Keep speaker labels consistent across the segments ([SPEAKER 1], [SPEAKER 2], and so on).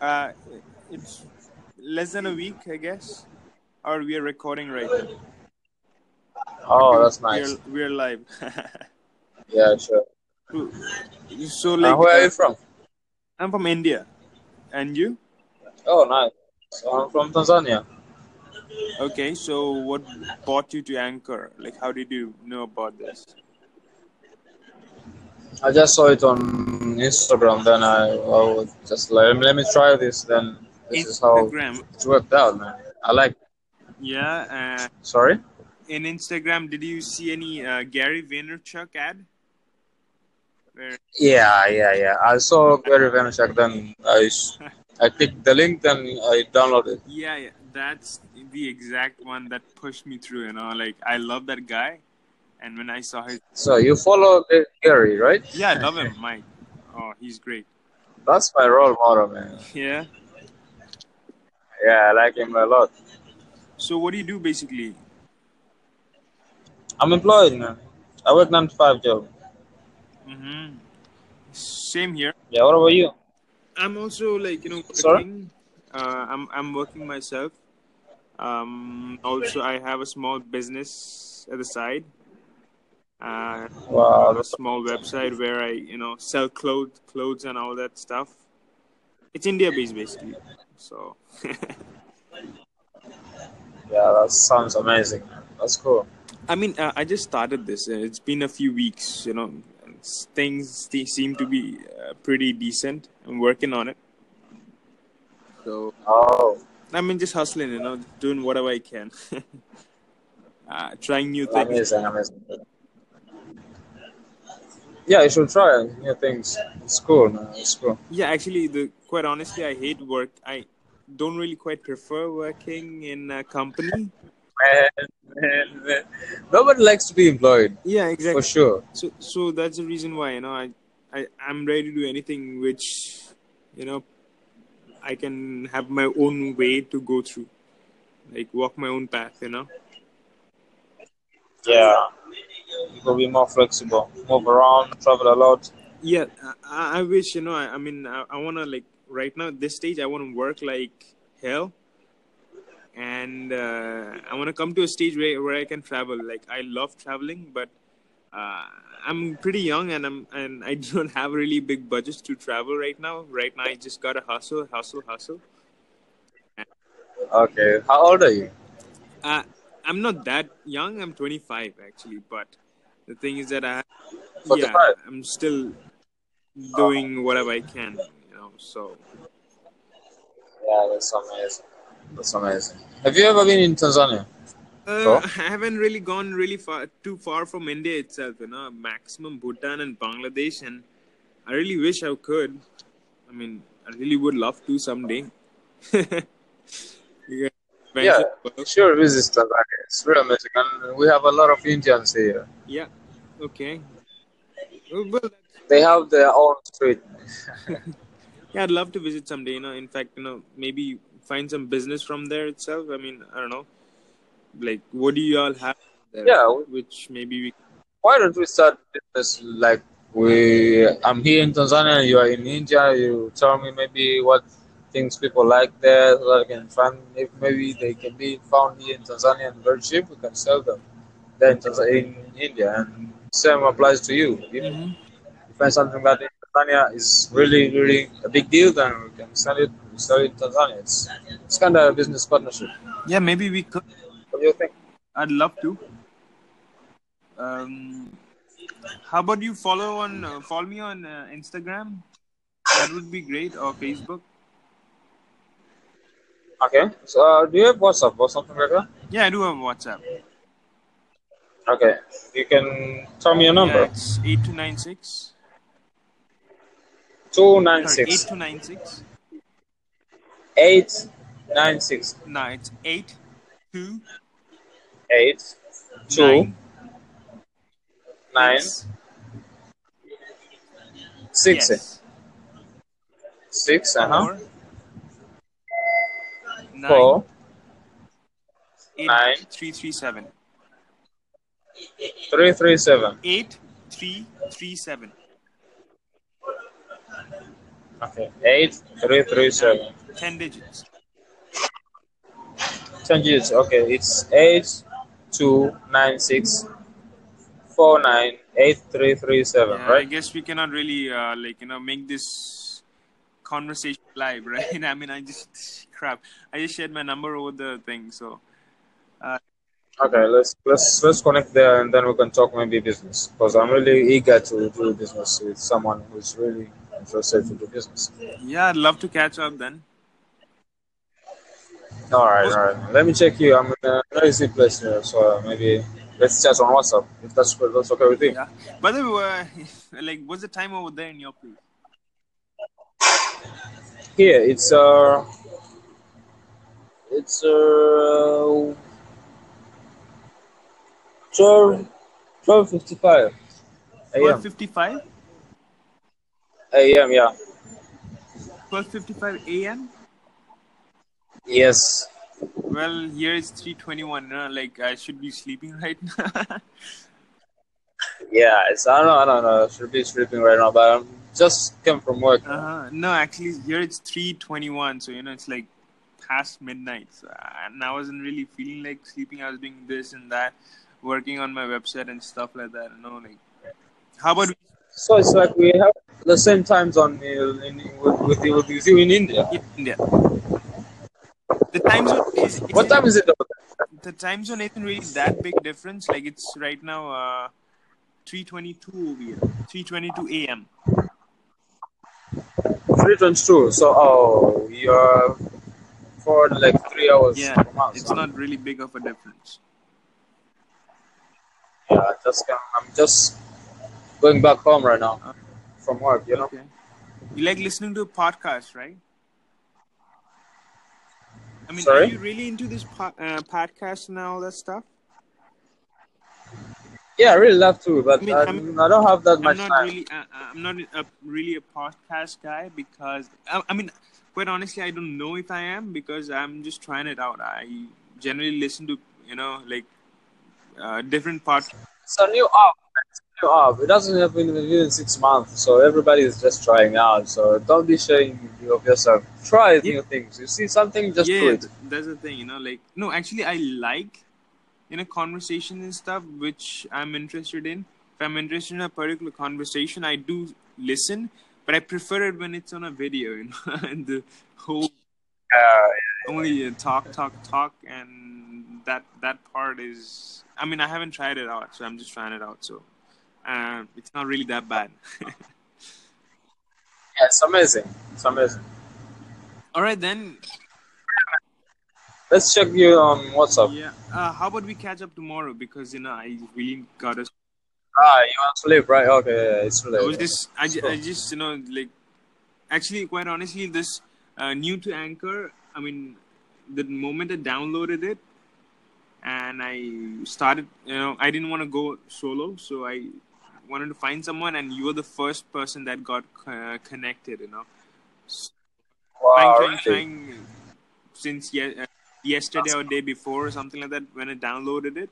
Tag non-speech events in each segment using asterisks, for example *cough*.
[SPEAKER 1] Uh, it's less than a week, I guess, or we are recording right now.
[SPEAKER 2] Oh, that's nice.
[SPEAKER 1] We're, we're live. *laughs*
[SPEAKER 2] Yeah, sure.
[SPEAKER 1] so,
[SPEAKER 2] Uh,
[SPEAKER 1] like,
[SPEAKER 2] where are you from?
[SPEAKER 1] I'm from India, and you?
[SPEAKER 2] Oh, nice. So I'm from Tanzania.
[SPEAKER 1] Okay, so what brought you to Anchor? Like, how did you know about this?
[SPEAKER 2] I just saw it on Instagram. Then I, I was just like, let me try this. Then this is how
[SPEAKER 1] Instagram,
[SPEAKER 2] it worked out, man. I like.
[SPEAKER 1] yeah. Uh,
[SPEAKER 2] Sorry.
[SPEAKER 1] in Instagram, did you see any uh, Gary Vaynerchuk ad? Where
[SPEAKER 2] Yeah, yeah, yeah. I saw Gary Vaynerchuk. Then I,
[SPEAKER 1] *laughs*
[SPEAKER 2] s- I clicked the link. Then I downloaded.
[SPEAKER 1] Yeah, yeah, that's the exact one that pushed me through. You know, like I love that guy, and when I saw his,
[SPEAKER 2] So you follow Gary, right?
[SPEAKER 1] yeah, I love him, Mike. Oh, he's great.
[SPEAKER 2] That's my role model, man.
[SPEAKER 1] Yeah.
[SPEAKER 2] Yeah, I like him a lot.
[SPEAKER 1] So what do you do basically?
[SPEAKER 2] I'm employed, man. I work nine to five job.
[SPEAKER 1] Mm-hmm. Same here.
[SPEAKER 2] Yeah. What about you?
[SPEAKER 1] I'm also like you know
[SPEAKER 2] Sorry?
[SPEAKER 1] working. Uh, I'm I'm working myself. Um, also I have a small business at the side. Uh,
[SPEAKER 2] Wow,
[SPEAKER 1] a small website where I, you know, sell clothes, clothes and all that stuff. It's India based basically. So *laughs*
[SPEAKER 2] Yeah, that sounds amazing. Man. That's cool.
[SPEAKER 1] I mean, uh, I just started this. Uh, It's been a few weeks, you know. It's- Things they seem to be uh, pretty decent. I'm working on it. So
[SPEAKER 2] Oh,
[SPEAKER 1] I mean, just hustling, you know, doing whatever I can, *laughs* uh, trying new things.
[SPEAKER 2] amazing, amazing. Yeah, you should try new things. It's cool, man. It's cool.
[SPEAKER 1] Yeah, actually, the quite honestly, I hate work. I don't really quite prefer working in a company.
[SPEAKER 2] Man, man, man. *laughs* Nobody likes to be employed,
[SPEAKER 1] Yeah, exactly.
[SPEAKER 2] for sure.
[SPEAKER 1] so so that's the reason why you know I, I i'm ready to do anything which you know i can have my own way to go through like walk my own path you know
[SPEAKER 2] Yeah. You could be more flexible, move around, travel a lot.
[SPEAKER 1] yeah i, I I wish you know i, I mean i, I want to like right now at this stage i want to work like hell and uh, i want to come to a stage where, where i can travel like i love traveling but uh, i'm pretty young and i'm and i *laughs* don't have really big budgets to travel right now right now i just gotta hustle hustle hustle
[SPEAKER 2] Okay, how old are you?
[SPEAKER 1] uh, i'm not that young i'm 25 actually but the thing is that i yeah
[SPEAKER 2] 45?
[SPEAKER 1] i'm still doing whatever i can you know so
[SPEAKER 2] Yeah, that's amazing. That's amazing. Have you ever been in Tanzania?
[SPEAKER 1] Uh,
[SPEAKER 2] So?
[SPEAKER 1] I haven't really gone really far too far from India itself, you know. Maximum Bhutan and Bangladesh, and I really wish I could. I mean, I really would love to someday. *laughs* yeah,
[SPEAKER 2] Yeah, sure, visit Tanzania. It's real amazing. And we have a lot of Indians here.
[SPEAKER 1] yeah. Okay. Well, well,
[SPEAKER 2] They have their own street.
[SPEAKER 1] yeah, I'd love to visit someday. You know, in fact, you know, maybe find some business from there itself. I mean, I don't know. Like, what do you all have there?
[SPEAKER 2] Yeah.
[SPEAKER 1] Which maybe we.
[SPEAKER 2] Why don't we start business like we? I'm here in Tanzania. You are in India. You tell me maybe what things people like there so that I can find if maybe they can be found here in Tanzania and very cheap. We can sell them there in, Tanz- in India, and same applies to you. If you
[SPEAKER 1] Mhm.
[SPEAKER 2] find something that in Tanzania is really really a big deal, then we can sell it. Sell it in Tanzania. It's, it's kind of a business partnership.
[SPEAKER 1] Yeah, maybe we could.
[SPEAKER 2] What do you think?
[SPEAKER 1] I'd love to. Um, how about you follow on uh, follow me on uh, Instagram? That would be great or Facebook.
[SPEAKER 2] Okay. So uh, do you have WhatsApp or something like that?
[SPEAKER 1] Yeah, I do have WhatsApp.
[SPEAKER 2] Okay, you can tell me your
[SPEAKER 1] Yeah,
[SPEAKER 2] number.
[SPEAKER 1] it's eight two nine six.
[SPEAKER 2] Two
[SPEAKER 1] Sorry,
[SPEAKER 2] nine
[SPEAKER 1] eight
[SPEAKER 2] six
[SPEAKER 1] two nine six.
[SPEAKER 2] eight nine six
[SPEAKER 1] No, it's eight two
[SPEAKER 2] eight two
[SPEAKER 1] nine
[SPEAKER 2] nine
[SPEAKER 1] six.
[SPEAKER 2] six
[SPEAKER 1] Yes.
[SPEAKER 2] six. Uh
[SPEAKER 1] Four,
[SPEAKER 2] huh.
[SPEAKER 1] nine,
[SPEAKER 2] Four
[SPEAKER 1] eight,
[SPEAKER 2] nine.
[SPEAKER 1] three, three, seven.
[SPEAKER 2] three three seven.
[SPEAKER 1] Eight three three seven.
[SPEAKER 2] Okay. Eight three three seven.
[SPEAKER 1] Ten digits.
[SPEAKER 2] Changes. Okay. It's eight two nine six four nine eight three three seven.
[SPEAKER 1] Yeah, I
[SPEAKER 2] Right.
[SPEAKER 1] guess we cannot really uh, like you know make this conversation live, *laughs* right? I mean, I just crap. I just shared my number over the thing, so
[SPEAKER 2] Okay. Let's let's let's connect there, and then we can talk maybe business. Because I'm really eager to do business with someone who's really interested to do business.
[SPEAKER 1] yeah, I'd love to catch up then.
[SPEAKER 2] All right. All right. Let me check you. I'm in a noisy place here, so maybe let's chat on WhatsApp if that's that's okay with you.
[SPEAKER 1] Yeah. By the way, uh, *laughs* like, what's the time over there in your place?
[SPEAKER 2] Here it's uh it's uh twelve twelve fifty five
[SPEAKER 1] Twelve
[SPEAKER 2] AM
[SPEAKER 1] fifty-five.
[SPEAKER 2] AM yeah.
[SPEAKER 1] Twelve fifty-five a.m.
[SPEAKER 2] Yes.
[SPEAKER 1] Well, here is three twenty-one. Uh, like, I should be sleeping *laughs* right now.
[SPEAKER 2] Yeah, it's I don't know, I don't know. I should be sleeping right now, but I just came from work.
[SPEAKER 1] Uh, no, actually, here it's three twenty-one, so you know it's like past midnight. So, I- and I wasn't really feeling like sleeping. I was doing this and that, working on my website and stuff like that. You know, like how about
[SPEAKER 2] So it's like we have the same time zone in, in, with, with, you- with you in India.
[SPEAKER 1] we- India? The time zone is, is
[SPEAKER 2] What time is it over there?
[SPEAKER 1] the time zone isn't really that big difference. Like it's right now uh, three twenty-two over here, three twenty-two a.m.
[SPEAKER 2] Three times two. So oh you're for like three hours
[SPEAKER 1] Yeah,
[SPEAKER 2] from us.
[SPEAKER 1] it's
[SPEAKER 2] huh?
[SPEAKER 1] not really big of a difference.
[SPEAKER 2] Yeah, I just can, I'm just going back home right
[SPEAKER 1] Uh-huh.
[SPEAKER 2] now from work. You know,
[SPEAKER 1] Okay, you like listening to a podcast, right? I mean,
[SPEAKER 2] Sorry?
[SPEAKER 1] are you really into this po- uh, podcast and all that stuff?
[SPEAKER 2] yeah, I really love to, but
[SPEAKER 1] I
[SPEAKER 2] I,
[SPEAKER 1] mean,
[SPEAKER 2] I,
[SPEAKER 1] I'm-
[SPEAKER 2] don't have that much
[SPEAKER 1] I'm not
[SPEAKER 2] time.
[SPEAKER 1] really. Uh, I'm not a, really a podcast guy because um, I, I mean, quite honestly, I don't know if I am because I'm just trying it out. I generally listen to you know like uh, different podcasts.
[SPEAKER 2] It's a new app. It's a new app. It doesn't have been within six months, so everybody is just trying out. So don't be ashamed of yourself. Try new things. You see something, just do
[SPEAKER 1] yeah,
[SPEAKER 2] it.
[SPEAKER 1] that's the thing, you know. Like, no, actually, I like you know conversations and stuff which I'm interested in. If I'm interested in a particular conversation, I do listen, but I prefer it when it's on a video, *laughs* you know, and the whole
[SPEAKER 2] Uh,
[SPEAKER 1] only uh, talk, talk, talk, and that that part is. I mean, I haven't tried it out, so I'm just trying it out. So, uh, it's not really that bad. *laughs*
[SPEAKER 2] yeah, it's amazing. It's amazing.
[SPEAKER 1] All right, then.
[SPEAKER 2] Let's check you on WhatsApp.
[SPEAKER 1] Yeah. Uh, how about we catch up tomorrow? Because you know, I really gotta
[SPEAKER 2] Ah, you want to leave, right? Okay, yeah, it's
[SPEAKER 1] I
[SPEAKER 2] related.
[SPEAKER 1] was just, I, ju-
[SPEAKER 2] Sure.
[SPEAKER 1] I just, you know, like, actually, quite honestly, this uh, new to Anchor, I mean, the moment I downloaded it and I started, you know, I didn't want to go solo, so I wanted to find someone, and you were the first person that got uh, connected, you know.
[SPEAKER 2] wow,
[SPEAKER 1] trying, trying,
[SPEAKER 2] really?
[SPEAKER 1] trying since ye- uh, yesterday or day before or something like that when I downloaded it.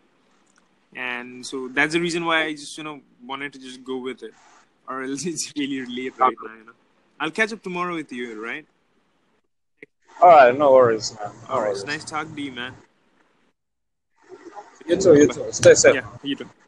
[SPEAKER 1] And so that's the reason why I just, you know, wanted to just go with it. Or *laughs* else it's really late right now, you know. I'll catch up tomorrow with you, right?
[SPEAKER 2] All right, no worries, man. No
[SPEAKER 1] All right.
[SPEAKER 2] worries.
[SPEAKER 1] It's nice talking to you, man.
[SPEAKER 2] You too, you too. Stay safe.
[SPEAKER 1] Yeah, you too.